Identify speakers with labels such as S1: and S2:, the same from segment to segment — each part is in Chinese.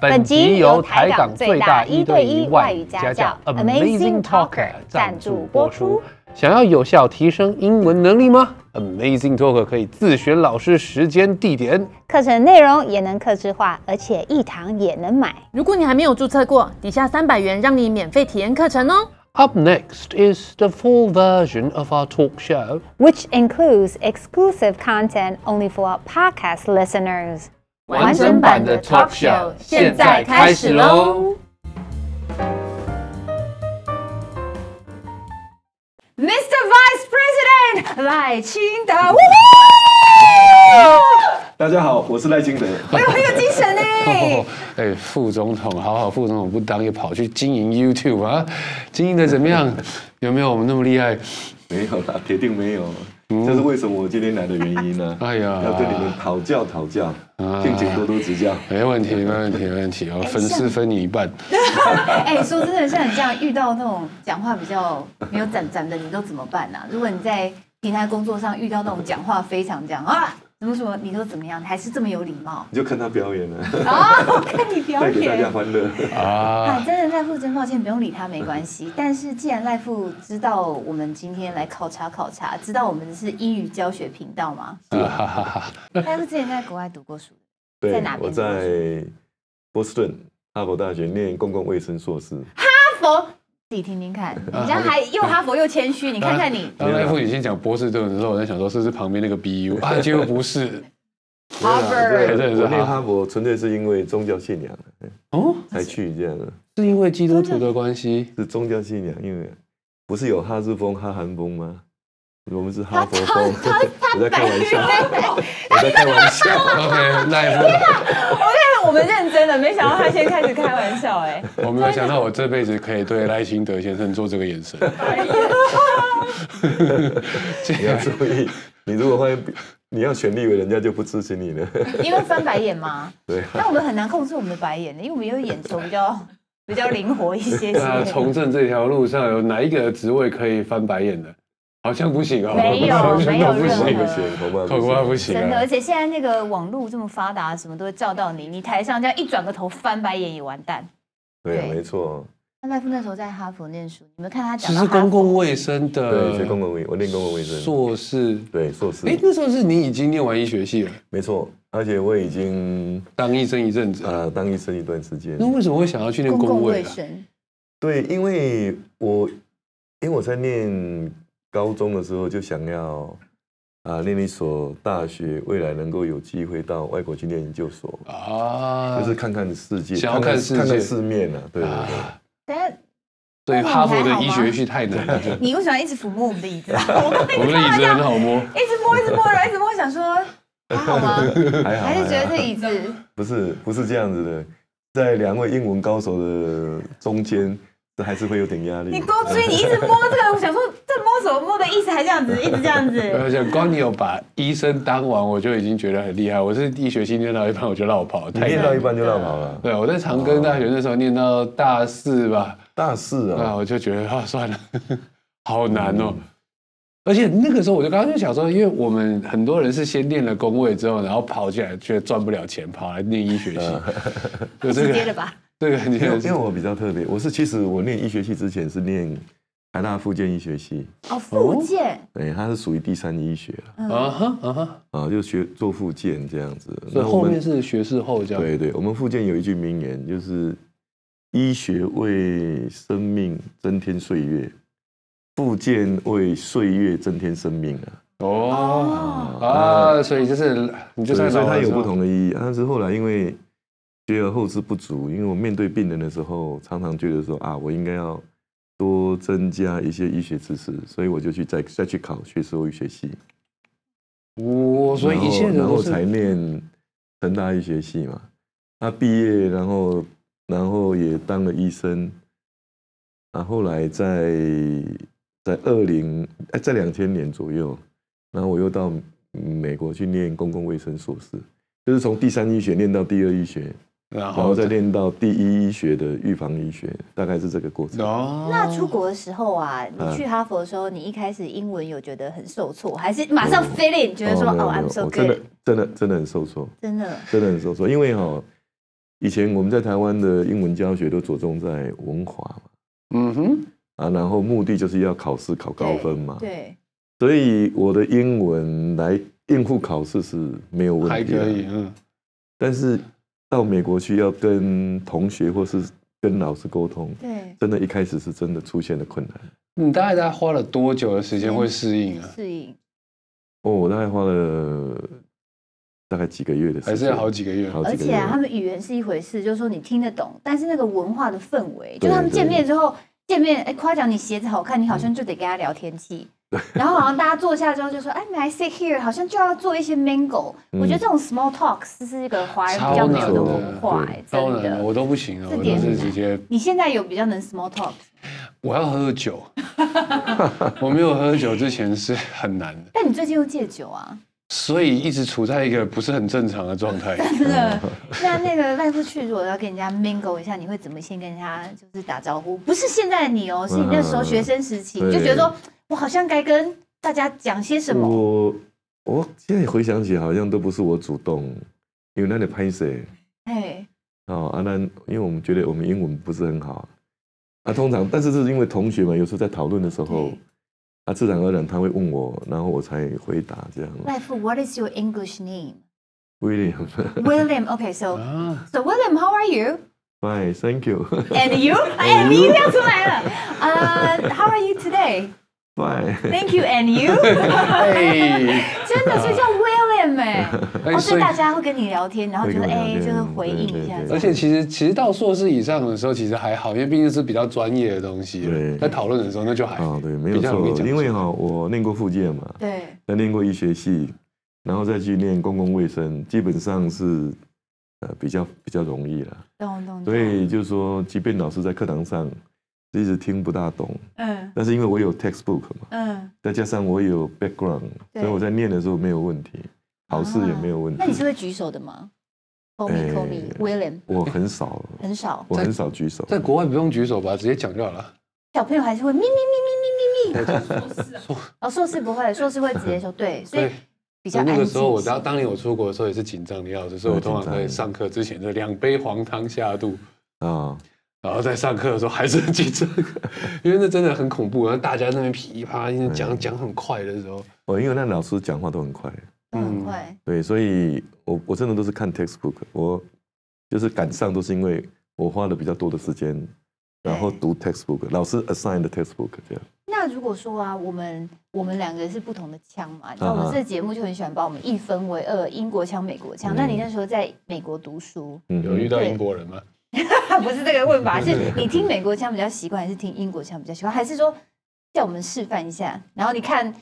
S1: 本集由台港最大一对一外语家教 Amazing Talker 赞助播出。想要有效提升英文能力吗？Amazing Talker 可以自选老师、时间、地点。
S2: 课程内容也能客制化，而且一堂也能买。
S3: 如果你还没有注册过，底下三百元让你免费体验课程哦。
S1: Up next is the full version of our talk show.
S2: which includes exclusive content only for our podcast listeners.
S1: 完整版的 talk show 现在开始喽。
S4: Mr. Vice President 赖清德，哇，
S5: 大家好，我是赖清德。
S4: 哎呦，很有精神 哎！
S6: 哎，副总统，好好副总统不当，也跑去经营 YouTube 啊，经营的怎么样？有没有我们那么厉害？
S5: 没有啦，铁定没有。这是为什么我今天来的原因呢？
S6: 哎呀
S5: 要跟你们讨教讨教，
S6: 啊
S5: 敬请多多指教。
S6: 没问题，没问题，没问题哦，粉丝分你一半。
S4: 哎，说真的，像你这样遇到那种讲话比较没有展展的，你都怎么办呢、啊如果你在平台工作上遇到那种讲话非常这样啊，怎么说你都怎么样，还是这么有礼貌
S5: 你就看他表演了，
S4: 啊？我看你表
S5: 带给大
S4: 演
S5: 家。欢乐。
S4: 啊，真的赖副真抱歉，不用理他没关系。但是既然赖副知道我们今天来考察考察，知道我们是英语教学频道吗？
S6: 啊哈 哈哈！
S4: 赖副之前在国外读过书，
S5: 对
S4: 在哪边
S5: 我在波士顿哈佛大学念公共卫生硕士。
S4: 佛，自己听听看，
S6: 啊
S4: 你这样还又哈佛又谦虚，你看看你。
S6: 刚才傅雨欣讲波士顿的时候，我在想说是不是旁边那个 BU 啊？结果不是
S5: 对
S4: Harvard
S6: 对对
S5: 我念哈佛纯粹是因为宗教信仰
S6: 哦，
S5: 才去这样的，
S6: 是因为基督徒的关系。
S5: 是宗教信仰，因为不是有哈日风、哈韩风吗？我们是哈佛风， 我在开玩笑，我在开玩笑。
S6: OK，那一部
S7: 我们认真的，没想到他先开始开玩笑哎、
S6: 我没有想到我这辈子可以对赖清德先生做这个眼神。
S5: 你要注意，你如果发现你要选立委，人家就不支持你了。
S4: 因为翻白眼吗？
S5: 对啊
S4: 但我们很难控制我们的白眼的，因为我们有眼球比较比较灵活一些
S6: 那
S4: 些。
S6: 从政这条路上有哪一个职位可以翻白眼的？好像不行 哦，
S4: 没 有
S6: 好像都不
S4: 没有
S5: 不
S4: 任
S6: 行，
S5: 行，恐怕
S6: 恐怕不
S5: 不行。
S6: 行
S4: 真的，
S6: 啊
S4: 而！且现在那个网络这么发达，什么都会照到你，你台上这样一转个头翻白眼也完蛋。
S5: 对啊，
S4: 对
S5: 没错，
S4: 那赖夫那时候在哈佛念书，你们看他讲
S6: 只
S4: 到
S6: 是
S4: 哈佛
S6: 公共卫生的
S5: 对，学公共卫，我念公共卫生，
S6: 硕士，
S5: 对，硕士，
S6: 哎，那时候是你已经念完医学系了，
S5: 没错。而且我已经
S6: 当医生一阵子，
S5: 呃当医生一段时间
S6: 那，为什么会想要去念
S4: 公
S6: 公
S4: 共
S6: 卫
S4: 卫
S6: 啊？
S4: 生，
S5: 对，因为我因为我在念高中的时候就想要啊、念一所大学，未来能够有机会到外国去念研究所，
S6: 啊，
S5: 就是看看世界，
S6: 想要看世界
S5: 看看世面啊，对对对。
S4: 等一下
S6: 所以
S4: 那你还
S6: 哈佛的
S4: 好
S6: 医
S4: 吗
S6: 学系太难了，就
S4: 你为什么要一直抚摸我们的椅子啊？
S6: 我们的椅子很好摸。
S4: 一直摸，一直摸，然后一直摸，想说还好吗？
S5: 还好
S4: 还是觉得
S5: 还好
S4: 这椅子
S5: 不是不是这样子的，在两位英文高手的中间，这还是会有点压力
S4: 你。多追，你一直摸这个，我想说这摸什么摸的意思还这样子，一直这样子。
S6: 而且光你有把医生当完，我就已经觉得很厉害。我是医学系念到一半我就落跑，
S5: 你
S6: 太
S5: 念
S6: 难
S5: 到
S6: 了。
S5: 一半就落跑了，
S6: 对，我在长庚大学那时候念到大四吧，
S5: 大四
S6: 啊，
S5: 啊，
S6: 我就觉得啊，算了， 好难哦。
S5: 嗯
S6: 而且那个时候我就刚刚就想说，因为我们很多人是先练了工位之后，然后跑起来却赚不了钱，跑来念医学系，就这
S4: 直接
S6: 个
S4: 的吧，
S6: 这个很
S5: 嗯因为因
S6: 简
S5: 为我比较特别，我是其实我念医学系之前是念台大附件医学系，
S4: 哦，附件，
S5: 对，它是属于第三医学了
S4: 嗯
S6: 啊哈啊哈，
S5: 啊，就学做附件这样子。
S6: 所以
S5: 我
S6: 后
S5: 们
S6: 面是学士后这样。
S5: 对对，我们附件有一句名言，就是医学为生命增添岁月，附件为岁月增添生命啊。
S6: 哦啊，所以就是你就
S5: 所以
S6: 算
S5: 所以
S6: 老
S5: 它
S6: 了
S5: 有
S6: 之后
S5: 不同的意义。但是后来因为觉而后知不足，因为我面对病人的时候，常常觉得说啊，我应该要多增加一些医学知识，所以我就去再再去考学士后医学系，
S6: 哇，哦所以一切
S5: 然
S6: 人
S5: 后然
S6: 都
S5: 后
S6: 是
S5: 才念成大医学系嘛。他毕业，然后然后也当了医生，然后后来在在二零哎在两千年左右，然后我又到美国去念公共卫生硕士，就是从第三医学念到第二医学，
S6: 然
S5: 然后
S6: 后
S5: 再念到第一医学的预防医学，大概是这个过程。
S6: 哦，
S4: 那出国的时候啊，
S5: 嗯
S4: 你去哈佛的时候，你一开始英文有觉得很受挫，还是马上 feel in 觉得说
S5: 嗯没有
S4: 哦
S5: 没有
S4: ，I'm so
S5: 我真的
S4: good，
S5: 真的真的很受挫，
S4: 真的
S5: 真的很受挫，因为哈、以前我们在台湾的英文教学都着重在文化嘛，
S6: 嗯哼，
S5: 啊，然后目的就是要考试考高分嘛，
S4: 对，
S5: 所以我的英文来应付考试是没有问
S6: 还
S5: 题的。啊
S6: 可以，嗯，
S5: 但是到美国去要跟同学或是跟老师沟通，
S4: 对，
S5: 真的一开始是真的出现了困难。
S6: 你大概大概花了多久的时间会适应啊？
S4: 适应，
S5: 哦，我大概花了大概几个月的时间，
S6: 还是要好几个月？
S5: 嗯好
S4: 而
S5: 几个
S4: 且
S5: 月。
S4: 啊，他们语言是一回事，就是说你听得懂，但是那个文化的氛围，就
S5: 对
S4: 是他们
S5: 对
S4: 见面之后，见面哎夸奖你鞋子好看，你好
S5: 嗯
S4: 像就得跟他聊天气，然后好像大家坐下之后就说，哎，may I sit here？好像就要做一些 mingle。我
S5: 嗯
S4: 觉得这种 small talk 是是一个华人比较没有的文化，哎，真
S6: 当然了，
S4: 的。
S6: 我都不行了，
S4: 这
S6: 我都
S4: 点
S6: 是直接
S4: 你现在有比较能 small talk，
S6: 我要喝酒。 我没有喝酒之前是很难的，
S4: 但你最近又戒酒啊？
S6: 所以一直处在一个不是很正常的状态。
S4: 真的。 那那个赖夫去，如果要跟人家 mingle 一下，你会怎么先跟人家就是打招呼？不是现在的你哦，是你那时候学生时期，
S5: 嗯
S4: 你就觉得说我好像该跟大家讲些什么。
S5: 我我现在回想起，好像都不是我主动，因为那里拍谁
S4: 哎，
S5: 哦，啊那因为我们觉得我们英文不是很好，啊通常，但是这是因为同学们有时候在讨论的时候
S4: 对，
S5: 啊自然而然他会问我，然后我才回答这样。
S4: 赖夫，What is your English name?
S5: William，
S4: William. Okay, so
S6: 啊，
S4: so William, how are you?
S5: fine, thank you,
S4: And you? 哎，你 又要出来了。呃，How are you today?
S5: fine，
S4: Thank you. And you?
S6: 哎，
S4: 真的，所以叫 William 哎。
S6: 哎
S4: 哦，所
S6: 所
S4: 以
S6: 以
S4: 大家会跟你聊天，然后觉得
S5: 会跟我
S4: 哎，
S5: 聊天
S4: 就是回应一下
S5: 对对。对
S4: 这
S6: 而
S4: 样
S6: 且其实其实到硕士以上的时候，其实还好，因为毕竟是比较专业的东西。
S5: 对
S6: 在讨论的时候那就还
S5: 哦对，没有
S6: 比较容易
S5: 错，
S6: 讲
S5: 因为哈我念过附件嘛，
S4: 对，
S5: 再念过医学系，然后再去念公共卫生，基本上是呃比较比较容易了。
S4: 懂懂
S5: 所
S4: 懂。
S5: 以就是说，即便老师在课堂上一直听不大懂，
S4: 嗯
S5: 但是因为我有 textbook 嘛，
S4: 嗯。
S5: 再加上我有 background，
S4: 对啊
S5: 所以我在念的时候没有问题，考试也没有问题。
S4: 那你是会举手的吗？Call
S5: 哎
S6: 呃
S4: me, call me, William，
S5: 我很少，
S4: 很少，
S5: 我很少举手。
S6: 在国外不用举手吧，直接讲就好了。
S4: 小朋友还是会咪咪咪咪咪咪咪。哦，硕士不会，硕士会直接说对，所以
S6: 对
S4: 比较
S6: 所以
S4: 安静一
S6: 那
S4: 些。
S6: 个时候，我当当年我出国的时候也是紧张的要死，所以我通常在上课之前就两杯黄汤下肚，
S5: 啊，
S6: 然后在上课的时候还是很紧张， 因为那真的很恐怖。然后大家在那边噼里啪啦，因为讲讲很快的时候，
S5: 我因为那老师讲话都很快，
S4: 都
S6: 嗯
S4: 很快，
S5: 对，所以我我真的都是看 textbook，我就是赶上都是因为我花了比较多的时间，然后读 textbook，老师 assign 的 textbook 这样。
S4: 那如果说啊，我们我们两个是不同的腔嘛，你知道
S5: 嗯
S4: 我
S5: 哼
S4: 们这个节目就很喜欢把我们一分为二，英国腔、美国腔。
S5: 嗯
S4: 那你那时候在美国读书，
S5: 嗯
S6: 有遇到英国人吗？
S4: 不是这个问法，是你听美国腔比较习惯，还是听英国腔比较习惯？还是说叫我们示范一下，然后你看，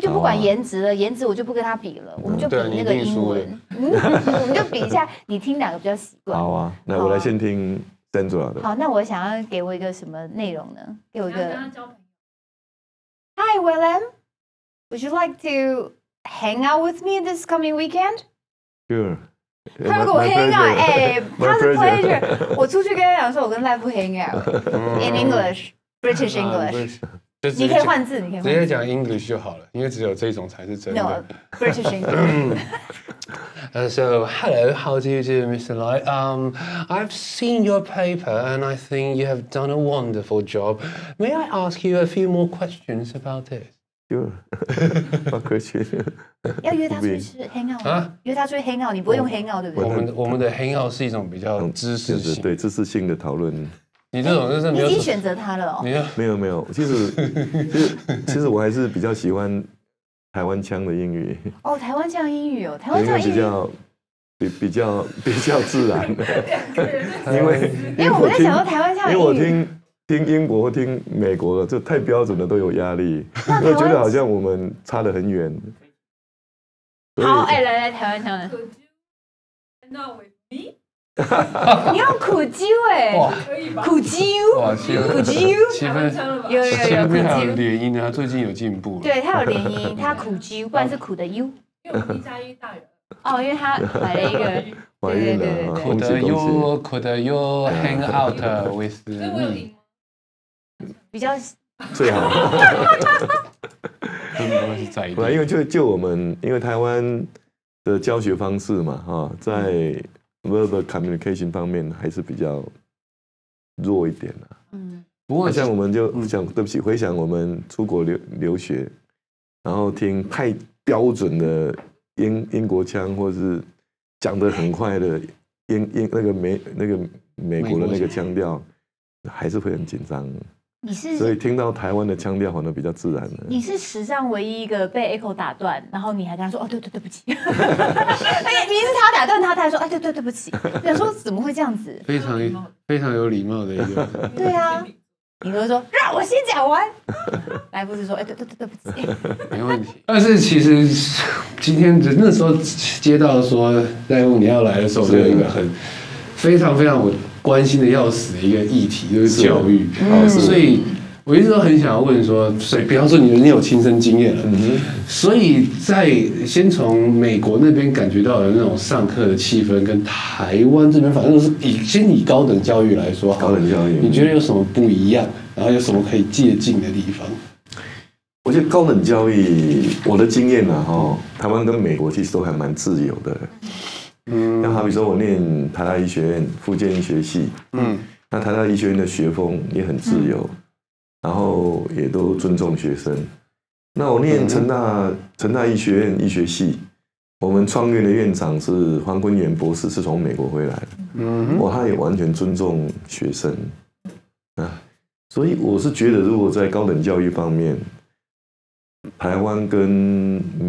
S4: 就不管颜值了，颜值我就不跟他比了，我们就比
S6: 哦嗯对啊
S4: 那个
S6: 你一定
S4: 英
S6: 输的
S4: 文，嗯， 我们就比一下，你听哪个比较习惯？
S5: 好啊，那我来先听 Sandra 的。
S4: 好，那我想要给我一个什么内容呢？给我一个。Hi, Willem. Would you like to hang out with me this coming weekend?
S5: Sure，
S4: 他如果
S5: My- my
S4: hang
S5: pleasure
S4: out，哎、
S5: My
S4: 他是
S5: pleasure
S4: pleasure。我出去跟他讲说，我跟赖夫 hang out in English,
S5: Ah，
S4: British
S6: 啊
S4: English。
S6: 不是就直
S4: 你可
S6: 接
S4: 以
S6: 讲
S4: 换字，你可以
S6: 直接
S4: 换字。
S6: 讲 English 就好了，因为只有这种才是真
S4: No,
S6: 的。
S4: British English.
S6: Hmm. Uh, so, hello, how do you do, Mr. Light? Um, I've seen your paper and I think you have done a wonderful job. May I ask you a few more questions about this?
S5: Sure，what question？
S4: 要约他出去吃 hang out 吗
S6: 啊？
S4: 约他出去 hang out，你不会
S5: 哦
S4: 用 hang out 对不
S6: 我
S4: 对？
S6: 们我们的 hangout 是一种比较知识
S5: 就是嗯
S6: 性，
S5: 对知识性的讨论，
S6: 你这种就是
S4: 你
S6: 没
S4: 已
S6: 有
S4: 经
S6: 什
S4: 选择他了
S6: 么，
S4: 哦。
S6: 你要
S5: 没有没有，其实其实其实我还是比较喜欢台湾腔的英语，
S4: 哦，台湾腔英语哦，台湾
S5: 因为
S4: 腔英
S5: 比
S4: 语，
S5: 较比比较比较自 然，因为
S4: 因为哎我们在想说台湾
S5: 因
S4: 腔
S5: 为我
S4: 英语，
S5: 听听英国、听美国的，这太标准的都有压力，
S4: 那
S5: 我
S4: 台
S5: 觉得
S4: 湾
S5: 好像我们差得很远。所以
S4: 好，哎，来来台湾腔的，
S8: 那我
S4: 你用苦啾哎，
S6: 哇
S8: 可以吧？
S4: 苦啾，
S6: 哇七
S4: 苦
S6: 分
S4: 啾，
S6: 七分
S8: 腔了吧？
S4: 有有
S6: 七
S4: 有苦
S6: 分还有
S4: 啾，
S6: 联姻啊，最近有进步了。
S4: 对他有连音，他苦啾，不然是苦的 u
S8: 因为我们一加一大人，
S4: 哦，因为他买了一个，
S5: 怀孕
S4: 对对对
S5: 了，啊
S4: 对对
S5: 恭喜恭
S6: Could you Ah. could you hang out uh, with
S8: 所
S6: Hmm.
S8: 以我有
S6: me？
S8: 赢吗？
S4: 比较
S5: 喜，最好。
S6: 真的会是在意
S5: 本来因为就就我们，因为台湾的教学方式嘛，哈，在 verbal communication 方面还是比较弱一点的、啊。
S4: 嗯，
S6: 不过
S5: 那像我们就
S6: 嗯
S5: 想，对不起，回想我们出国留留学，然后听太标准的英英国腔，或是讲得很快的英英那个美那个美国的那个腔嗯调，还是会很紧张。
S4: 你
S5: 所
S4: 是
S5: 以听到台湾的腔调反而比较自然了。
S4: 你是史上唯一一个被 Echo 打断，然后你还跟他说哦对对对不起， 而且明明是他打断他，他还说哎对对对不起，想说怎么会这样子？
S6: 非常非常有礼貌的一 个，
S4: 对啊，你都说让我先讲完， 来不是说哎对对对对不起，
S6: 没问题。 但是其实今天那时候接到说赖物你要来的时候，我就有一个很非常非常我关心的要死的一个议题，就是
S5: 是
S6: 教育。
S5: 哦是
S6: 所以我一直都很想要问说，所以比方说你你有亲身经验了，
S5: 嗯
S6: 所以在先从美国那边感觉到的那种上课的气氛，跟台湾这边反正都是以先以高等教育来说好
S5: 高
S6: 了，
S5: 等教育
S6: 你觉得有什么不一样？然后有什么可以借鉴的地方？
S5: 我觉得高等教育，我的经验呢，哈，台湾跟美国其实都还蛮自由的。
S6: 嗯
S5: 那好比说，我念台大医学院附件医学系，
S6: 嗯，
S5: 那台大医学院的学风也很自由，然后也都尊重学生。那我念成大成大医学院医学系，我们创院的院长是黄坤元博士，是从美国回来的。
S6: 嗯
S5: 哇，他也完全尊重学生啊，所以我是觉得，如果在高等教育方面，台湾跟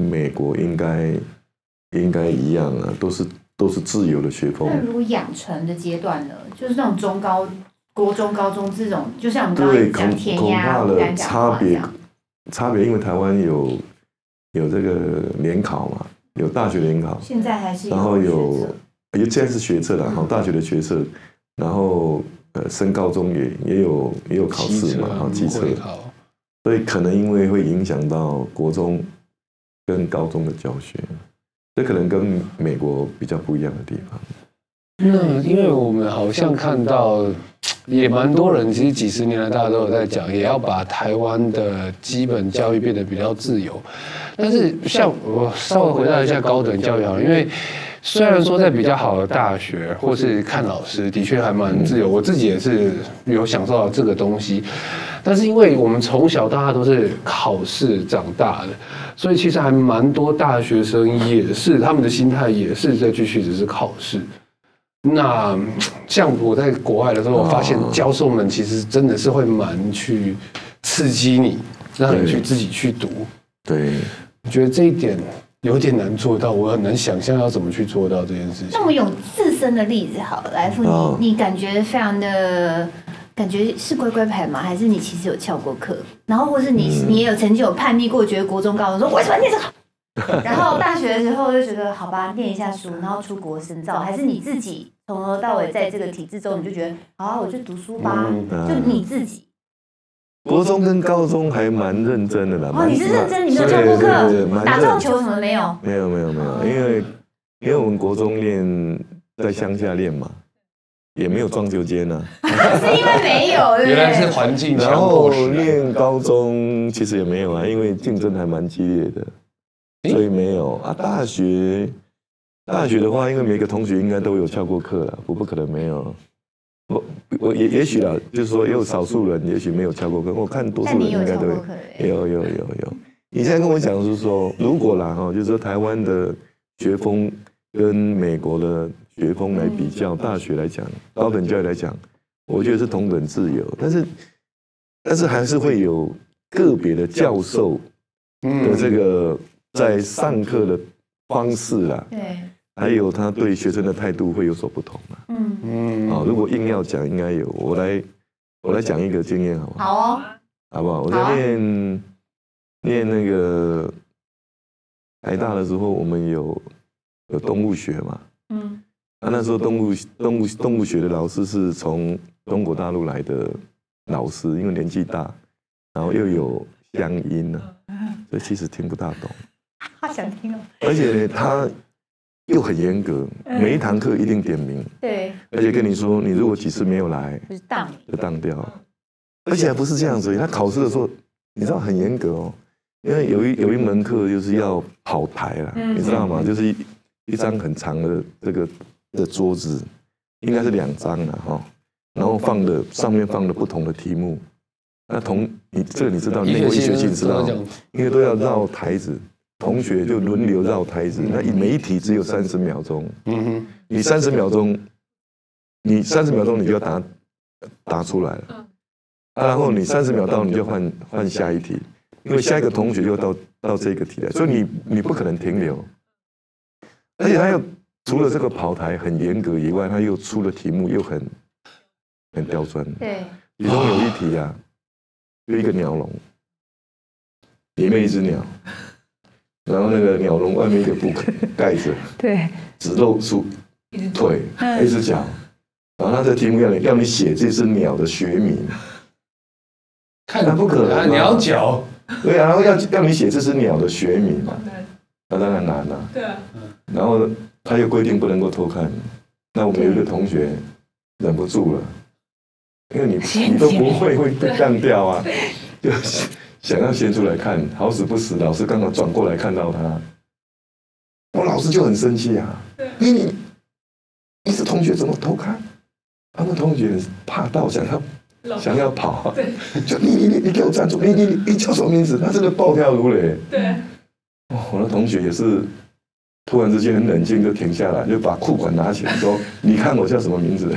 S5: 美国应该应该一样啊，都是都是自由的学风。
S4: 那如果养成的阶段呢，就是那种中高、国中、高中这种，就像我们刚
S5: 对，
S4: 刚
S5: 恐
S4: 讲填
S5: 恐
S4: 鸭
S5: 怕
S4: 啊不
S5: 的
S4: 敢讲话
S5: 差
S4: 这
S5: 别
S4: 样，
S5: 差别，因为台湾有有这个联考嘛，有大学联考，
S4: 现在还是
S5: 然后
S4: 学嗯
S5: 有
S4: 者
S5: 有现在是学测了，好大学的学测，然后呃升高中也也有也有考试嘛，好机车
S6: 会，考，
S5: 所以可能因为会影响到国中跟高中的教学，这可能跟美国比较不一样的地方。
S6: 那因为我们好像看到也蛮多人，其实几十年来大家都有在讲，也要把台湾的基本教育变得比较自由。但是像我稍微回到一下高等教育好了，因为虽然说在比较好的大学或是看老师，的确还蛮自由，我自己也是有享受到这个东西。但是因为我们从小到大都是考试长大的，所以其实还蛮多大学生也是他们的心态也是在继续只是考试。那嗯像我在国外的时候，我发现
S5: 哦
S6: 教授们其实真的是会蛮去刺激你，让你去
S5: 对
S6: 自己去读。
S5: 对，
S6: 我觉得这一点有点难做到，我很难想象要怎么去做到这件事情
S4: 那。我有自身的例子好了，来富，
S5: 哦
S4: 你你感觉非常的，感觉是乖乖牌吗？还是你其实有翘过课？然后或是你、
S5: 嗯
S4: 你也有曾经有叛逆过，觉得国中、高中说为什么念这个？ 然后大学的时候就觉得好吧，念一下书，然后出国深造，还是你自己从头到尾在这个体制中，你就觉得好啊，我就读书吧，
S5: 嗯
S4: 就你自己。
S5: 国中跟高中还蛮认真的啦。
S4: 哦，
S5: 蛮
S4: 你是认真，你没有
S5: 对
S4: 翘过
S5: 对对对
S4: 课，
S5: 蛮
S4: 打哦
S5: 认
S4: 撞球什么没 有？
S5: 没有没有没有，因为因为我们国中练在乡下练嘛，也没有撞球间啊呐、
S4: 是因为没有，对不对？
S6: 环境
S5: 然后练高中其实也没有啊，因为竞争还蛮激烈的，所以没有啊。大学大学的话，因为每个同学应该都有翘过课了，我不可能没有。我我也也许啦，就是说也有少数人，也许没有翘过课。我看多
S4: 但
S5: 数人
S4: 你
S5: 应
S4: 有
S5: 该
S4: 翘
S5: 都
S4: 过
S5: 有。
S4: 课欸，
S5: 有有有有，你现在跟我讲是说，如果啦哈，就是说台湾的学风跟美国的学风来比较，大学来讲，高等教育来讲，我觉得是同等自由，但是但是还是会有个别的教授的
S6: 嗯
S5: 这个在上课的方式啦，
S4: 对，
S5: 还有他对学生的态度会有所不同啊。
S4: 嗯。
S6: 嗯
S5: 啊，如果硬要讲，应该有我来我来讲一个经验好吗？
S4: 好哦，
S5: 好不好？我
S4: 好
S5: 在
S4: 啊
S5: 念、念那个台大的时候，我们有有动物学嘛。
S4: 嗯，
S5: 啊，那时候动物动物动物学的老师是从中国大陆来的老师，因为年纪大，然后又有乡音呢、所以其实听不大懂。
S4: 好想听哦。
S5: 而且呢，他又很严格，每一堂课一定点名，
S4: 对，
S5: 而且跟你说，你如果几次没有来，
S4: 就是大米。
S5: 就当掉。而且还不是这样嗯子而已，嗯他考试的时候，你知道很严格哦，因为有一有一门嗯课就是要跑台啦，你知道吗？就是一一张很长的这个的桌子，应该是两张了哈，然后放的上面放了不同的题目。那同你这个你知道，内部医学系知道，因为都要绕台子，同学就轮流绕台子，那一每一题只有三十秒钟，
S6: 嗯哼，
S5: 你三十秒钟，你三十秒钟你就要答答出来了，啊然后你三十秒到你就换换下一题，因为下一个同学又到到这个题来，所以你你不可能停留，而且他又除了这个跑台很严格以外，他又出的题目又很很刁钻，
S4: 嗯
S2: 对，
S5: 其中有一题啊，有一个鸟笼，里面一只鸟，然后那个鸟笼外面一个布盖着，
S4: 对，
S5: 只露出腿
S9: 嗯
S5: 一只脚，然后他这题目要你要你写这只鸟的学 名，那
S6: 看
S5: 不可能啊
S6: 鸟脚，
S5: 对啊，然后要要你写这只鸟的学名嘛，那当然难了、
S9: 对啊，
S5: 然后他又规定不能够偷看，那我们有一个同学忍不住了，因为你你都不会会被干掉啊，就是想要先出来看，好死不死，老师刚好转过来看到他，我老师就很生气啊，你你你这同学怎么偷看？他们同学怕到想要想要跑、啊，就你你你你给我站住！你你你你叫什么名字？他真的暴跳如雷。
S9: 对，
S5: 哦我的同学也是突然之间很冷静，就停下来，就把裤管拿起来说：“你看我叫什么名字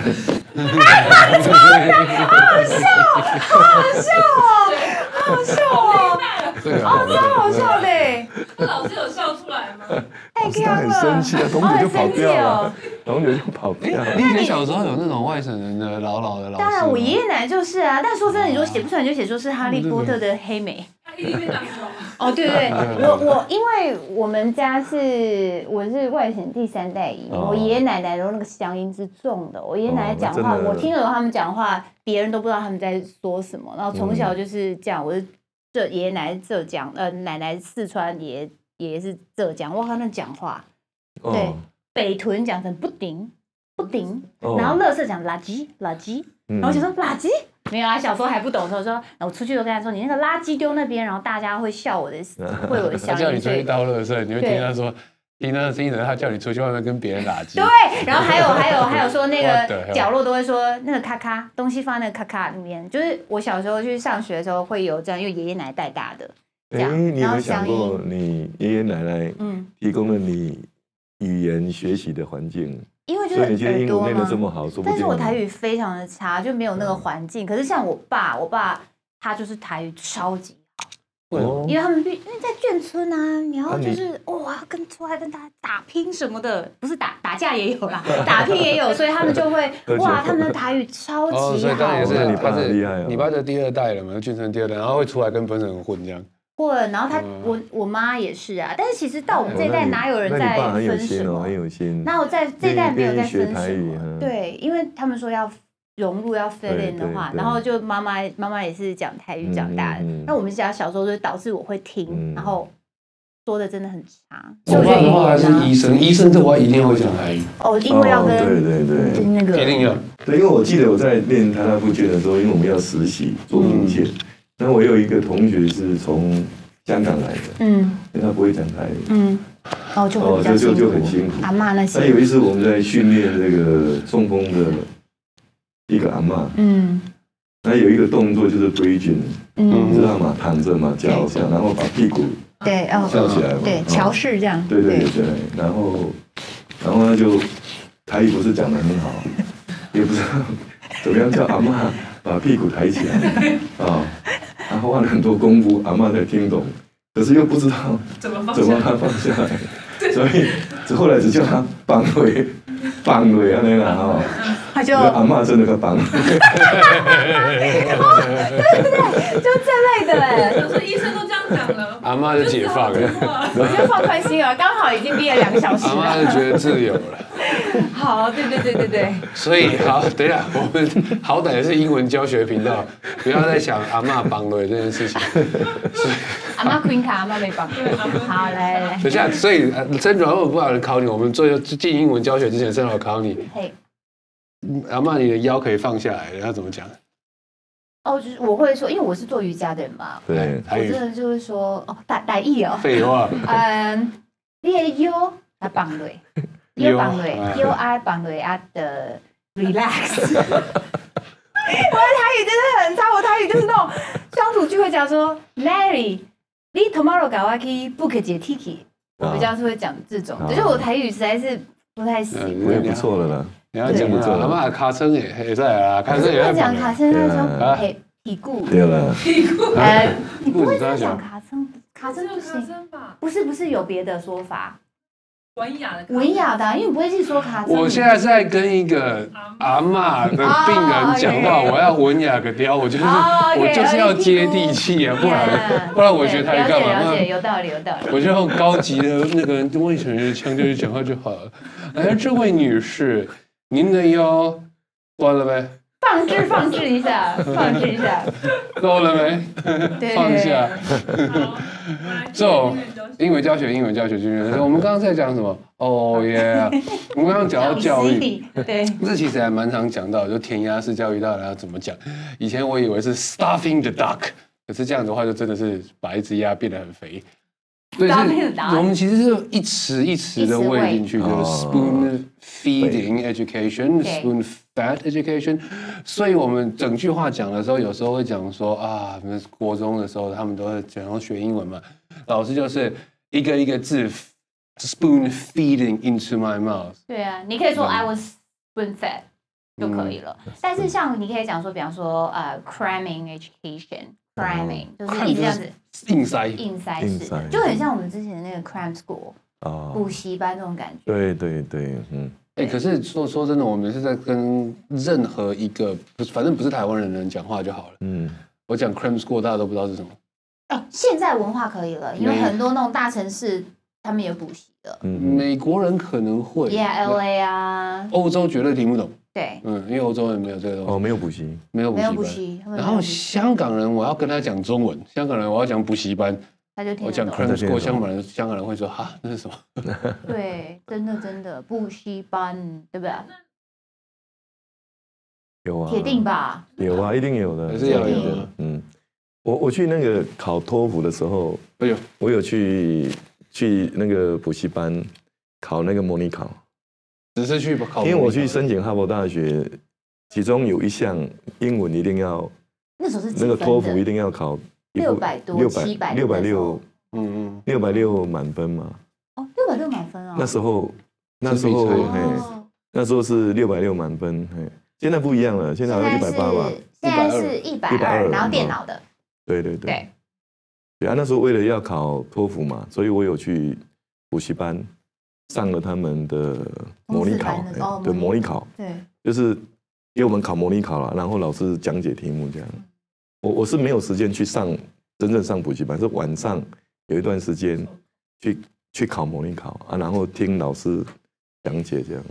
S2: 好笑哦，
S6: 对啊，
S2: 哦，超好笑的耶，
S9: 那老师有笑出来吗？？”
S2: 太
S5: 他
S2: 强
S5: 很
S2: 了，
S5: 生气啊，同学就跑掉
S4: 哦
S5: 了，哦同学就跑掉
S6: 你
S4: 哎
S5: 了。
S6: 以前小时候有那种外省人的老老的老师
S2: 当
S6: 吗？
S2: 然，我爷爷奶奶就是啊。但说真的，你说写不出来，你就写出是《哈利波特》的黑莓。
S9: 他一定被 打中。
S2: 哦，对对，
S5: 嗯
S4: 我我因为我们家是我是外省第三代移民，
S5: 哦
S4: 我爷爷奶奶的那个乡音是重的，我爷爷奶奶
S5: 哦
S4: 讲
S5: 那
S4: 话，
S5: 真的
S4: 我听得懂他们讲话，别人都不知道他们在说什么。然后从
S5: 嗯
S4: 小就是这样，我是浙爷爷奶奶是浙江，呃，奶奶是四川，爷爷爷爷是浙江，我看他讲话，对
S5: 哦，
S4: 北屯讲成不顶不顶，
S6: 嗯
S5: 哦
S4: 然后乐色讲垃圾垃圾，
S6: 哦
S5: 嗯
S4: 然后我想说垃圾。
S6: 嗯
S4: 没有啊，小时候还不懂的时候说，我出去都跟他说，你那个垃圾丢那边，然后大家会笑我的，会我的
S6: 他
S4: 乡
S6: 叫你
S4: 音
S6: 出
S4: 所以
S6: 去倒垃圾，你会
S4: 对
S6: 听他说，听他的声音的，他叫你出去外面跟别人打鸡。
S4: 对，啊然后还有还有还有说那
S6: What the
S4: 个
S6: hell？
S4: 角落都会说那个咔咔东西放在那个咔咔里面，就是我小时候去上学的时候会有这样，因为爷爷奶奶带大的，这
S5: 哎，
S4: 样
S5: 你有
S4: 然
S5: 没
S4: 后
S5: 有想
S4: 乡
S5: 过，
S4: 音，
S5: 你爷爷奶奶
S4: 嗯，
S5: 提供了你语言学习的环境，
S4: 因为就
S5: 所以你
S4: 是
S5: 现在
S4: 耳
S5: 英
S4: 朵
S5: 文练得这
S4: 嘛，
S5: 么好，说不
S4: 但
S5: 定
S4: 是我台语非常的差，就没有那个环境。可是像我爸，我爸他就是台语超级。
S5: 哦
S4: 因为他们必因为在眷村啊，然后
S5: 那
S4: 就
S5: 你
S4: 是哇、我要跟出来跟大家打拼什么的，不是打打架也有 啦，打拼也有，所以他们就会
S5: 喝酒
S4: 哇，他们的台语超级好。
S5: 哦
S6: 所以当然也
S5: 那
S6: 是，
S5: 你爸
S6: 他是
S5: 很厉害哦
S6: 你爸的第二代了嘛，俊成第二代，然后会出来跟本省人混这样。
S4: 混，然后他、
S6: 嗯
S4: 我我妈也是啊，但是其实到我们
S5: 哦
S4: 这一
S5: 那
S4: 代
S5: 你
S4: 哪有人
S5: 那你
S4: 在
S5: 爸很有
S4: 分什
S5: 心哦，
S4: 么
S5: 很？有心。
S4: 那我在这一代没有在
S5: 愿意学
S4: 分
S5: 台
S4: 什
S5: 语
S4: 么，
S5: 嗯
S4: 对，因为他们说要融入要 fit
S5: 对
S4: in 的
S5: 对
S4: 话，
S5: 对
S4: 然后就妈妈妈妈也是讲台语长大的
S5: 嗯嗯嗯，
S4: 那我们家小时候就导致我会听，
S5: 嗯
S4: 然后说的真的很差，
S6: 我爸的话还
S4: 啊
S6: 是医生，医生的话一定会讲台语，
S4: 哦，因为要
S5: 哦对
S4: 跟嗯
S5: 对对，
S4: 那
S6: 一
S4: 个
S6: 定要。
S5: 对，因为我记得我在练他那部卷的时候，因为我们要实习做文件，那我有一个同学是从香港来的，
S4: 嗯
S5: 因为他不会讲台语，
S4: 嗯，然后就会
S5: 哦，
S4: 比较
S5: 就就
S4: 辛
S5: 就
S4: 苦
S5: 很，辛苦。
S4: 阿妈那
S5: 那
S4: 些，
S5: 有一次我们在训练这个中风的一个阿嬷，
S4: 嗯
S5: 她有一个动作就是推进，你知
S4: 嗯，
S5: 道吗？躺着嘛，脚下，然后把屁股
S4: 对哦，
S5: 翘起来嘛，
S4: 对
S5: 哦
S4: 乔氏这样，
S5: 对对对对，然后然后他就台语不是讲的很好，也不知道怎么样叫阿嬷把屁股抬起来啊，他花了很多功夫，阿嬷才听懂，可是又不知道
S9: 怎么放
S5: 怎么把它放下来，所以后来只叫他绑回绑啊回安尼啦哈，
S4: 他就
S5: 那阿嬷真的个绑，
S4: 就这类的哎。
S9: 我说医生都这样讲了，
S6: 阿妈就解放了，
S9: 了。
S2: 我觉得放宽心了，
S4: 啊
S2: 刚好已经毕业两个小时
S6: 阿
S2: 了。
S6: 妈就觉得自由了。
S2: 好，对对对对对，
S6: 所以好，等一下，我们好歹也是英文教学频道，不要再想阿嬷绑了这件事情。
S2: 阿妈 Queen 卡，阿妈没绑。
S4: 好，来来来，
S6: 等一下，所以呃曾软我不好考你，我们做进英文教学之前，曾软考你，
S4: 嘿，
S6: 嗯阿嬷你的腰可以放下来，要怎么讲？
S4: 哦，就是我会说，因为我是做瑜伽的人嘛，
S5: 对，
S4: 我
S6: 台
S4: 真
S6: 语。
S4: 的就会说，哦，打打意哦，
S6: 废话，
S4: 嗯，你的腰来绑对， U 绑雷
S6: 哎
S4: U R 绑雷啊的 relax。我的台语真的很差，我台语就是那种乡土聚会讲说 Larry，你 tomorrow 搞我去 book 解 ticket，我
S6: 啊
S4: 比较是会讲这种，
S5: 啊
S4: 就是我台语实在是不太
S6: 嗯
S4: 行。
S5: 我也不错了啦。
S6: 你要讲
S5: 对
S6: 啊阿妈卡声也也在啊，卡声也
S4: 会
S6: 在
S4: 讲卡森那
S5: 对
S4: 种
S6: 啊
S4: 嘿屁股，
S5: 对了，
S4: 呃，你不
S6: 不
S4: 会
S6: 止
S4: 这样
S6: 他
S4: 讲
S6: 讲，
S4: 卡森，卡森不行，
S9: 声吧，
S4: 不是不是有别的说法，
S9: 文雅的
S4: 文雅的啊，因为你不会去说卡森。
S6: 我现在在跟一个阿妈的病人讲话，
S4: 哦，OK
S6: 我要文雅个雕，我就是
S4: 哦，OK，
S6: 我就是要接地气啊，不然
S4: Yeah，
S6: 不然 我学台语干嘛？
S4: 了解了
S6: 那
S4: 解，有道理有道理。
S6: 我就用高级的那个魏成人腔调去讲话就好了。哎，这位女士，您的腰断了没？
S4: 放置放置一下，放置一下，
S6: 够了没？
S4: 对，
S6: 放下。
S9: 走，
S6: 英文教学，英文教学，英文教学。我们刚刚在讲什么？哦耶！我们刚刚讲到教育，
S4: 育，对，
S6: 这其实还蛮常讲到，就填鸭式教育到底要怎么讲？以前我以为是 stuffing the duck，可是这样的话就真的是把一只鸭变得很肥。对，
S4: Stuffing the
S6: 是
S4: duck
S6: 我们其实是一匙一匙的喂进去，
S5: 一
S6: 就
S5: 匙
S6: 是
S5: 喂
S6: spoon feeding education,
S4: 对
S6: spoon fed education。所以我们整句话讲的时候，有时候会讲说啊，那国中的时候他们都会讲要学英文嘛，老师就是一个一个字 spoon feeding into my mouth。
S4: 对啊，你可以说
S6: 嗯
S4: I was spoon fed 就可以了，但是像你可以讲说，比方说呃，cramming education。cramming
S6: 哦
S4: 就是一直这样子
S6: 硬塞，嗯哦
S4: 硬塞
S5: 硬
S4: 式
S5: 塞，
S4: 就很像我们之前那个 cram school
S5: 啊，
S4: 补习班那种感觉。
S5: 对对对，嗯，
S6: 哎、可是说说真的，我们是在跟任何一个，不是，反正不是台湾人的人讲话就好了。
S5: 嗯，
S6: 我讲 cram school，大家都不知道是什么。
S4: 哎，现在文化可以了，因为
S6: 没
S4: 很多那种大城市他们也补习了
S5: 嗯
S6: 美国人可能会
S4: ，Yeah L A 啊，
S6: 欧洲绝对听不懂，
S4: 对，
S6: 嗯，因为欧洲人没有这个东西，
S5: 哦，没有补习，
S6: 没有补
S4: 没有
S6: 习
S4: 补
S6: 班。
S4: 习，他们
S6: 然
S4: 没有
S6: 后
S4: 补习
S6: 香港人，我要跟他讲中文，香港人我要讲补习班，
S4: 他就听
S6: 我
S4: 得
S6: 讲
S4: 懂。
S5: 他
S6: cram
S5: 听得
S6: school，
S5: 懂
S6: 香港人香港人会说哈那是什么？
S4: 对，真的真的补习班，对不对？
S5: 有啊，
S4: 铁定吧？
S5: 有啊，一定有的，
S6: 还是要
S5: 一定
S6: 有的。
S5: 嗯，我我去那个考托福的时候，
S6: 哎呦，
S5: 我有去去那个补习班考那个模拟考，
S6: 只是去哦考，
S5: 因为我去申请哈佛大学，其中有一项英文一定要
S4: 那时候是几
S5: 那个
S4: 分
S5: 托福
S4: 的
S5: 一定要考一部
S4: 600多
S5: 六百
S4: 700
S5: 六百
S4: 那时
S5: 六
S4: 候
S6: 嗯嗯，
S5: 六百六满分嘛，
S4: 哦，六百六满分哦。
S5: 那时候那
S6: 是
S5: 时
S6: 比
S5: 候
S6: 赛
S5: 嘿，
S4: 哦，
S5: 那时候是六百六满分，嘿，现在不一样了，现在
S4: 现
S5: 好像
S4: 在
S5: 一百
S4: 是
S5: 八吧，
S4: 现在是一百二，
S5: 120
S4: 然后电脑的，
S5: 对对对。
S4: 对
S5: 对啊，那时候为了要考托福嘛，所以我有去补习班上了他们的模拟考
S4: 通识班，的哦
S5: 哎对模
S4: 模
S5: 拟
S4: 拟
S5: 考
S4: 对，
S5: 就是给我们考模拟考了，然后老师讲解题目这样。我我是没有时间去上真正上补习班，是晚上有一段时间去去考模拟考啊，然后听老师讲解这样。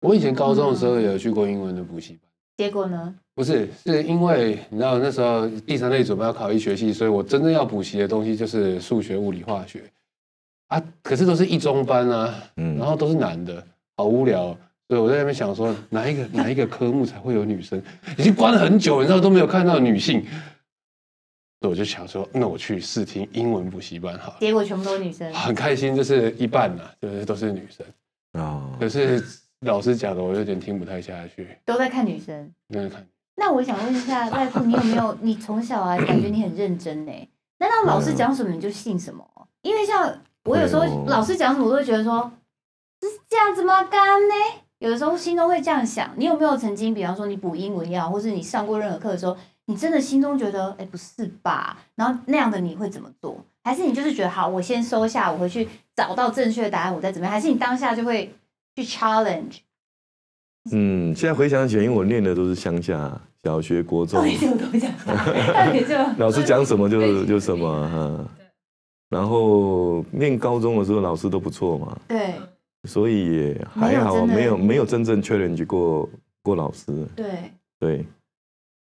S6: 我以前高中的时候也有去过英文的补习班。
S4: 结果呢？
S6: 不是，是因为你知道那时候第三类准备要考医学系，所以我真正要补习的东西就是数学、物理、化学啊。可是都是一中班啊，
S5: 嗯
S6: 然后都是男的，好无聊哦。所以我在那边想说，哪一个哪一个科目才会有女生？已经关了很久，你知道都没有看到女性，所以我就想说，那我去试听英文补习班好了。
S4: 结果全部都是女生，
S6: 很开心，就是一半呐、就是都是女生。
S5: 啊，
S6: 可是老师讲的，我有点听不太下去。
S4: 都在看女生。
S6: 那就看，
S4: 那我想问一 下，赖父，你有没有？你从小啊，感觉你很认真呢？难道老师讲什么你就信什么？因为像我有时
S5: 会哦
S4: 候老师讲什么，我都会觉得说是这样子吗？干呢？有的时候心中会这样想。你有没有曾经，比方说你补英文也好，或是你上过任何课的时候，你真的心中觉得，哎、不是吧？然后那样的你会怎么做？还是你就是觉得好，我先收下，我回去找到正确的答案，我再怎么样？还是你当下就会去 challenge？
S5: 嗯，现在回想起来，因为我念的都是乡下小学、国中
S4: 到，底是有多想法？到底就
S5: 老师讲什么就
S9: 对
S5: 就什么哈、然后念高中的时候老师都不错嘛，
S4: 对
S5: 所以也还好，没
S4: 没有真的
S5: 有没有真正 challenge 过过老师。
S4: 对。
S5: 对，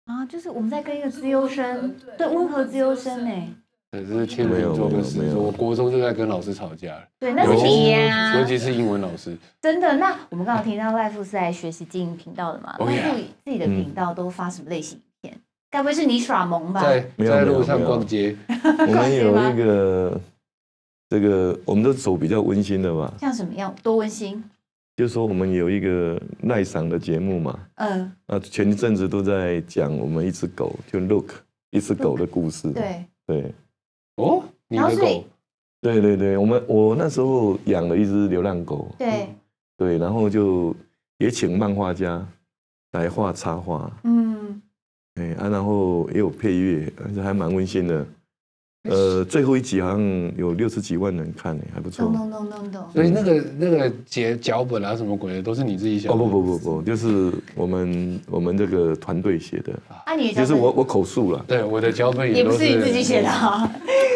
S4: 啊，就是我们在跟一个资优生，对温和资优生呢、欸
S6: 可是天秤座跟狮
S5: 没有没有没有
S6: 子座，我国中就在跟老师吵架了。
S4: 对，那
S5: 尤
S4: 是
S5: 其
S4: 你
S6: 尤
S4: 哎呀、
S6: 其是英文老师，
S4: 真的。那我们刚刚听到赖富是在学习经营频道的嘛？
S6: Oh
S4: 赖
S6: yeah
S4: 富自己的频道都发什么类型影片？该不会是你耍萌吧？
S6: 在
S5: 没有
S6: 在
S5: 没有
S6: 路
S5: 没
S6: 上
S5: 有
S6: 逛街，
S5: 我们有一个这个我们都走比较温馨的嘛，
S4: 像什么样多温馨？
S5: 就说我们有一个耐赏的节目嘛，
S4: 嗯，
S5: 啊，前一阵子都在讲我们一只狗，就 Look 一只狗的故事。
S4: 对，
S5: 对
S6: 哦，你
S4: 然后
S6: 的
S4: 所以
S6: 狗
S5: 对对对，我们我那时候养了一只流浪狗，
S4: 对，
S5: 对，然后就也请漫画家来画插画，
S4: 嗯，
S5: 哎啊，然后也有配乐，这还蛮温馨的。呃，最后一集好像有六十几万人看呢，还不错
S4: 咚。咚咚咚咚，
S6: 所以那个那个节脚本啊什么鬼的都是你自己想
S5: 哦
S6: 的。
S5: 不不不不，就是我们我们这个团队写的，
S4: 啊，你的
S5: 就
S4: 脚
S5: 是
S4: 本
S5: 我我口述了。
S6: 对，我的脚本
S4: 也
S6: 都
S4: 不是
S6: 是
S4: 你自己写的 啊，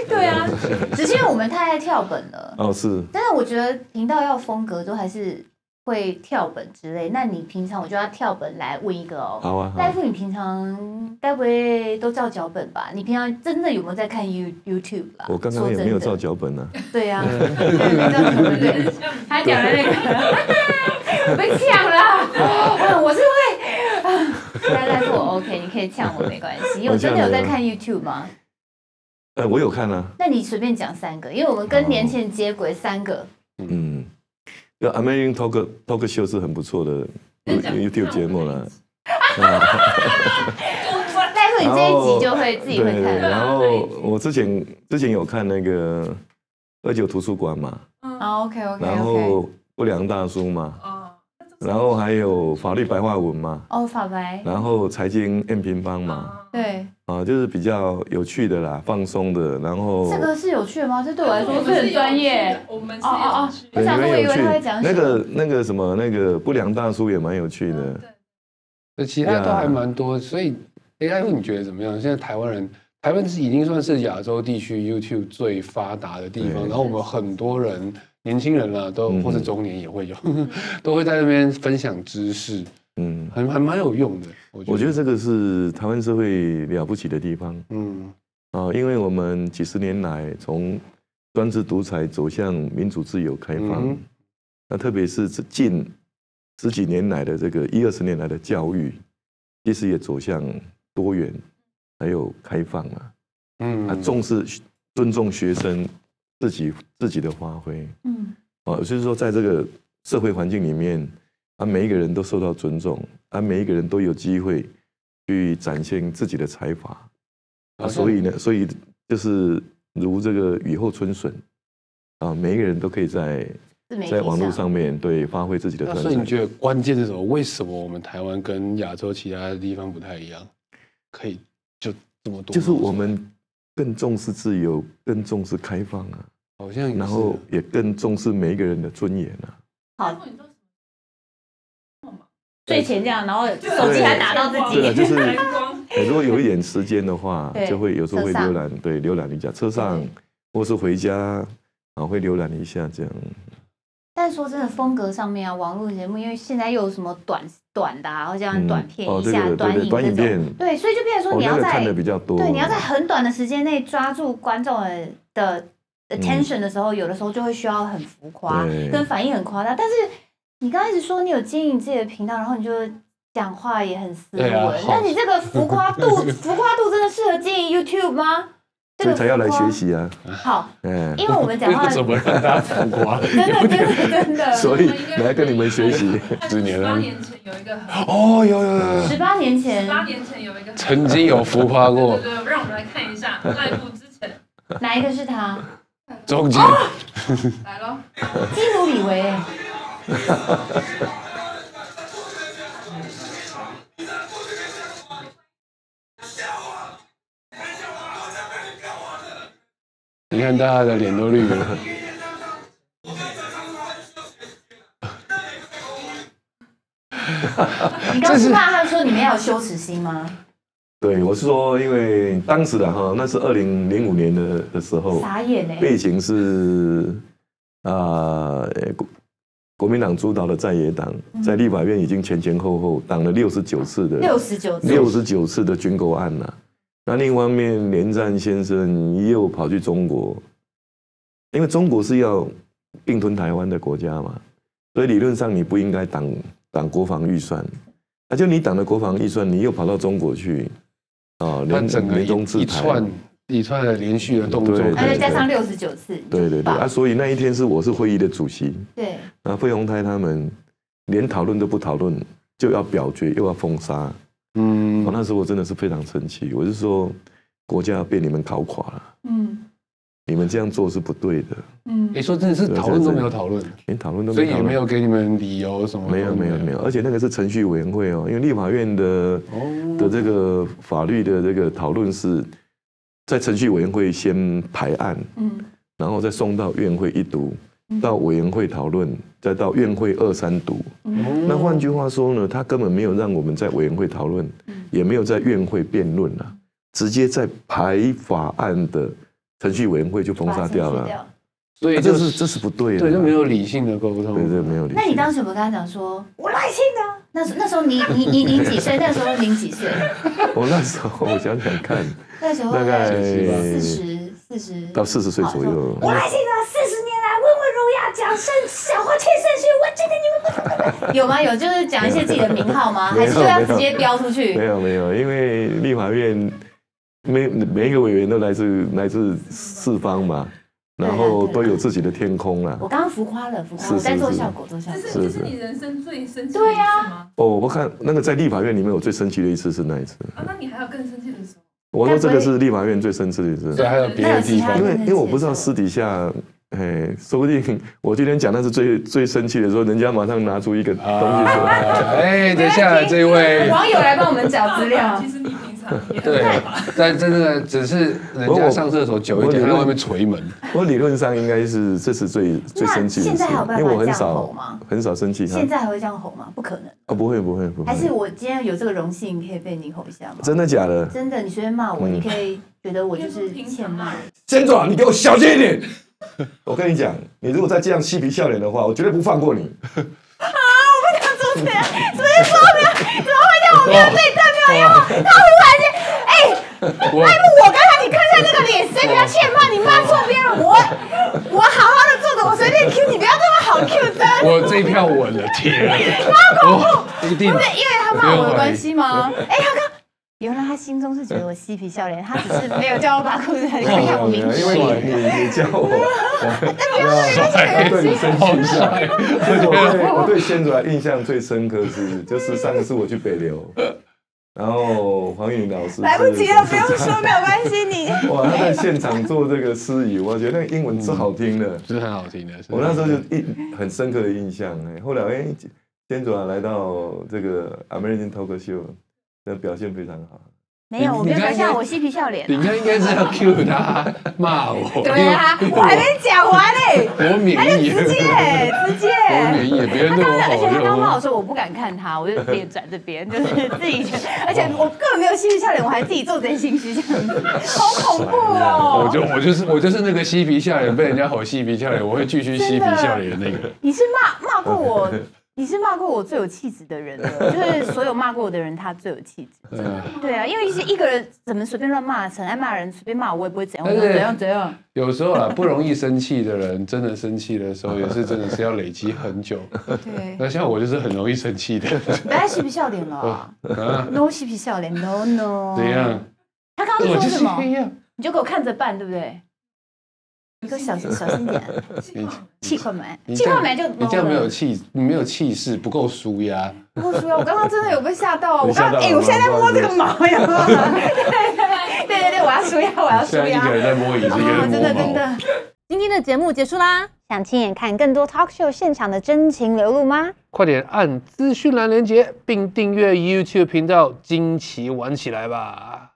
S4: 对啊，只是因为我们太爱跳本了。
S5: 哦，是
S4: 但是我觉得频道要风格都还是会跳本之类。那你平常我就要跳本来问一个哦，
S5: 好啊，好
S4: 大
S5: 啊
S4: 夫，你平常该不会都照脚本吧？你平常真的有没有在看 You YouTube 啦？
S5: 我刚
S4: 说
S5: 刚也
S4: 真的
S5: 没有照。脚本啊。
S4: 对呀、啊，没照脚本对。他讲的那个被呛了，我是会。 大大夫我 OK，你可以呛我没关系。有真的有在看 YouTube 吗？
S5: 呃，我有看啊，
S4: 那你随便讲三个，因为我们跟年前接轨三个。
S5: 嗯，那 American Talk Talk Show 是很不错的 YouTube 节目啦。
S4: 大夫，你这一集就会自己会看了。
S5: 然后我之前之前有看那个二九图书馆嘛，
S2: 哦，OK OK
S5: 然
S2: OK，
S5: 后不良大叔嘛，
S9: 哦
S5: 然后还有法律白话文嘛，
S4: 哦，法白，
S5: 然后财经 M 平方嘛，
S2: 对，
S4: 哦
S5: 啊，就是比较有趣的啦，放松的，然后
S4: 这个是有趣的吗？这对我来说
S9: 我
S4: 是
S9: 们
S4: 很
S9: 是有
S4: 专
S9: 趣
S4: 业
S9: 的。，我们是
S4: 哦哦
S9: 有
S4: 哦
S9: 趣的
S5: 对，
S4: 想
S5: 你
S4: 说
S5: 们
S4: 我以
S5: 有
S4: 为
S5: 趣
S4: 他会讲。
S5: 那
S4: 什么
S5: 个那个什么那个不良大叔也蛮有趣的，
S6: 那其他都还蛮多，所以 AI 你觉得怎么样？现在台湾人，台湾是已经算是亚洲地区 YouTube 最发达的地方，
S5: 对
S6: 然后我们很多人，年轻人啊，都
S5: 嗯
S6: 或者中年也会有， 都会在那边分享知识，
S5: 嗯，
S6: 还还蛮有用的。我觉得，
S5: 我觉得这个是台湾社会了不起的地方。
S6: 嗯，
S5: 啊，因为我们几十年来从专制独裁走向民主自由开放，
S6: 嗯
S5: 那特别是这近十几年来的这个一二十年来的教育，其实也走向多元还有开放了、
S6: 嗯
S5: 啊，重视尊重学生自己自己的发挥
S4: 嗯，
S5: 啊，就是说在这个社会环境里面啊，每一个人都受到尊重啊，每一个人都有机会去展现自己的才华。啊，
S6: 好像
S5: 所以呢，所以就是如这个雨后春笋啊，每一个人都可以在
S4: 自媒体
S5: 在网络上面对发挥自己的
S6: 那
S5: 专
S6: 所以你
S5: 长。
S6: 觉得关键是什么？为什么我们台湾跟亚洲其他的地方不太一样？可以就这么多？
S5: 就是我们更重视自由，更重视开放啊，
S6: 好像也是
S5: 然后也更重视每一个人的尊严啊。
S9: 哦
S4: 好，睡前这样，然后手机
S5: 对
S4: 还拿到自
S5: 对啊，
S4: 己。
S5: 就是
S9: 蓝光，
S5: 哎如果有一点时间的话
S4: 哦 对，
S5: 就会有时候会
S4: 车上
S5: 浏览，对，浏览一下车上
S4: 对，
S5: 或是回家啊，会浏览一下这样。
S4: 但说真的，风格上面啊，网络节目，因为现在又有什么短短的啊，或者
S5: 嗯
S4: 短片
S5: 哦
S4: 一
S5: 这
S4: 下、
S5: 个对
S4: 短
S5: 对
S4: 影
S5: 短
S4: 这
S5: 影
S4: 种
S5: 片，
S4: 对，所以就变成说
S5: 我
S4: 你
S5: 那
S4: 要
S5: 个
S4: 在
S5: 看的比较多，
S4: 对，你要在很短的时间内抓住观众的的 attention 的时候，有的时候就会需要很浮夸，
S5: 对
S4: 跟反应很夸大。但是你刚开始说你有经营自己的频道，然后你就讲话也很斯文，
S6: 对啊好
S4: 那你这个浮 夸度，浮夸度真的适合经营 YouTube 吗？
S5: 所以才要来学
S4: 习。
S5: 习啊，
S4: 好，
S5: 哎。
S4: 因为我们讲话
S6: 为什么让大家浮夸？
S4: 真的真的真的，
S5: 所以来跟你们学习。
S6: 十年了
S9: 八年前有一个很，
S6: 哦，有有有有。
S5: 嗯
S4: 十八 年前
S9: 八年前有一 个很
S6: 曾经有浮夸 过
S9: 对对，对让我们来看一下赖布之前
S4: 哪一个是他？
S6: 中间，
S9: 来 咯，
S4: 基努里维，
S6: 你看大家的脸都绿 了。
S4: 你刚是怕他说你们要有羞耻心吗？
S5: 对，我是说，因为当时的哈，那是二零零五年的的时候，
S4: 傻眼哎、
S5: 背景是啊、呃国国民党主导的在野党在立法院已经前前后后挡了六十九次的
S4: 嗯六十九
S5: 六十九次的军购案呐、那另一方面，连战先生又跑去中国，因为中国是要并吞台湾的国家嘛，所以理论上你不应该挡挡国防预算。那、就你挡了国防预算，你又跑到中国去啊、
S6: 他
S5: 联
S6: 整个
S5: 联
S6: 一
S5: 中制
S6: 一
S5: 台，
S6: 串一串的连续的动作，
S5: 对
S4: 而
S5: 对
S4: 且加
S5: 对
S4: 上六十九次，
S5: 对对对
S4: 吧
S5: 啊，所以那一天是我是会议的主席，
S4: 对，
S5: 那费鸿泰他们连讨论都不讨论，就要表决又要封杀，哦，
S6: 嗯，
S5: 那时候我真的是非常生气，我是说国家被你们搞垮了，
S4: 嗯
S5: 你们这样做是不对的，
S4: 嗯
S6: 你，说真的是讨论都没有讨论，
S5: 连讨论都
S6: 所
S5: 没
S6: 以
S5: 讨
S6: 也没
S5: 论。
S6: 有给你们理由什么，
S5: 没有没有没有，而且那个是程序委员会哦，因为立法院的
S6: 有
S5: 的这个法律的这个讨论是在程序委员会先排案，
S4: 嗯，
S5: 然后再送到院会一读，到委员会讨论，再到院会二三读。
S4: 嗯
S5: 那换句话说呢，他根本没有让我们在委员会讨论，
S4: 嗯
S5: 也没有在院会辩论啊，直接在排法案的程序委员会就封
S4: 把
S5: 杀
S4: 程序
S5: 掉了啊。
S6: 所以
S5: 这
S6: 就是是
S5: 这是不对的啊，
S6: 对，就没有理性的沟通，
S5: 对对没有理性。
S4: 那你当时有没有跟他讲说，我啊来信的？那时那时候你你你你几岁？那时候您几岁？
S5: 我那时候我想想看，
S4: 那时候
S5: 大概
S4: 四十四十
S5: 到四十岁左右，
S4: 我还记得四十年来温文儒雅，讲圣小花切圣训，我觉得你们不有吗？有就是讲一些自己的名号吗？
S5: 没有
S4: 还是就要直接标出去
S5: 没？有没有，因为立法院每每一个委员都来自来自四方嘛，
S4: 对啊
S5: 然后都有自己的天空啊啦。
S4: 我刚刚浮夸了，浮夸，
S5: 是
S4: 我在
S5: 是
S4: 做
S5: 是
S4: 效果，做效
S9: 这
S4: 果。
S9: 是
S5: 是
S9: 这
S5: 是
S9: 是你人生最生气的
S4: 对
S9: 一次
S4: 呀
S9: 吗？
S5: 哦，我看那个在立法院里面，我最生气的一次是那一次。
S9: 啊，那你还有更生气的时候？
S5: 我说这个是立法院最生气的一
S6: 所
S5: 次
S6: 以，还有别的地方
S5: 因为因为我不知道私底下，哎，说不定我今天讲那是最最生气的时候，人家马上拿出一个东西出来。
S6: 啊哎，等一下这位，
S4: 网友来帮我们找资料
S9: 啊其，实你平常也
S6: 对，但真的只是人家上厕所久一点，他在外面捶门，
S5: 我理论上应该是这是最最生气的
S4: 现
S5: 一次
S4: 在还有办，法
S5: 因为我很
S4: 这样
S5: 少
S4: 吼吗
S5: 很少生气哈
S4: 现。在还会这样吼吗？不可能。
S5: 啊，不会不会不
S4: 还是
S5: 会，
S4: 我今天有这个荣幸，可以被你吼一下吗？
S5: 真的假的？
S4: 真的，你随便骂
S5: 嗯
S4: 我，你可以觉得我就是欠骂。
S5: 先啊总，你给我小心一点。我跟你讲，你如果再这样嬉皮笑脸的话，我绝对不放过你。
S6: 我
S4: 我刚才你看一下那个脸，谁比较欠骂？你骂错别人，我我好好的坐着，我随便 Q 你，不要这么好 Q 真的。
S6: 我这一票稳了，天啊，我一定
S4: 不是因为他骂我的关系 吗？哎，他刚原来他心中是觉得我嬉皮笑脸，他只是没有叫我把裤子
S6: 没有
S4: 看我名
S5: 哦
S6: 没有
S4: 字
S6: 因
S4: 而
S6: 为
S4: 已。
S6: 我
S5: 你你教我，
S6: 帅，
S5: 啊对你生气一下。
S6: 帅，
S5: 而且我对我对先祖印象最深刻是，就是上次我去北流，然后黄颖老师
S9: 来不及了，不用
S5: 是
S9: 说，没有关系，你
S5: 哇，他在现场做这个司仪，我觉得那个英文是好听的。
S6: 是很好听的。
S5: 我那时候就一很深刻的印象。哎，后来哎，先祖啊来到这个 American Talk Show，那表现非常好。
S4: 没有，我没有看像我嬉皮笑 脸。
S6: 你刚应该是要 Q 他骂我，
S4: 对啊，我还没讲完嘞，
S6: 我免疫，啊
S4: 直接直接。
S6: 我免疫，啊别人
S4: 他
S6: 对
S4: 刚
S6: 我
S4: 刚，而且他刚骂
S6: 好
S4: 我说我不敢看他，我就脸转这 边，就是自己，而且我根本没有嬉皮笑脸，我还自己做贼心虚这样子，好恐怖
S6: 就我
S4: 哦！
S6: 就我啊就是我就是那个嬉皮笑脸，被人家吼嬉皮笑脸，我会继续嬉皮笑脸的那个。
S4: 你是骂骂过我，你是骂过我最有气质的人了，就是所有骂过我的人，他最有气质。
S6: 嗯，
S4: 对啊，因为是一个人怎么随便乱骂，很爱骂人，随便骂我，我也不会怎样，我
S6: 但
S4: 说
S6: 是
S4: 怎样怎样。
S6: 有时候啊，不容易生气的人，真的生气 的时候，也是真的是要累积很久。
S4: 对，
S6: 那像我就是很容易生气的，
S4: 不要嬉皮笑脸了
S6: 啊
S4: ，no 嬉皮笑脸，no no。
S6: 怎？样？
S4: 他刚刚
S6: 我
S4: 说
S6: 就
S4: 什
S6: 是
S4: 么
S6: 这？样。
S4: 你就给我看着办，对不对？你给我小心小心点，气困没？
S6: 你
S4: 气
S6: 这样
S4: 困没就
S6: 你这样没有
S4: 了
S6: 气，你没有气势，不够舒压。
S9: 不说，我刚刚真的有被吓到啊！我
S5: 你吓
S9: 刚
S5: 到
S9: 刚
S5: 了
S9: 哎，我现在在摸这个毛，有没有？
S4: 对对对，我要输压，我要输
S6: 虽然一
S4: 啊压
S6: 个。人在摸椅子，一个人摸
S4: 真的真
S6: 猫。
S4: 的，
S3: 今天的节目结束啦，
S10: 想亲眼看更多 talk show 现场的真情流露吗？
S1: 快点按资讯栏连接，并订阅 YouTube 频道，惊奇玩起来吧！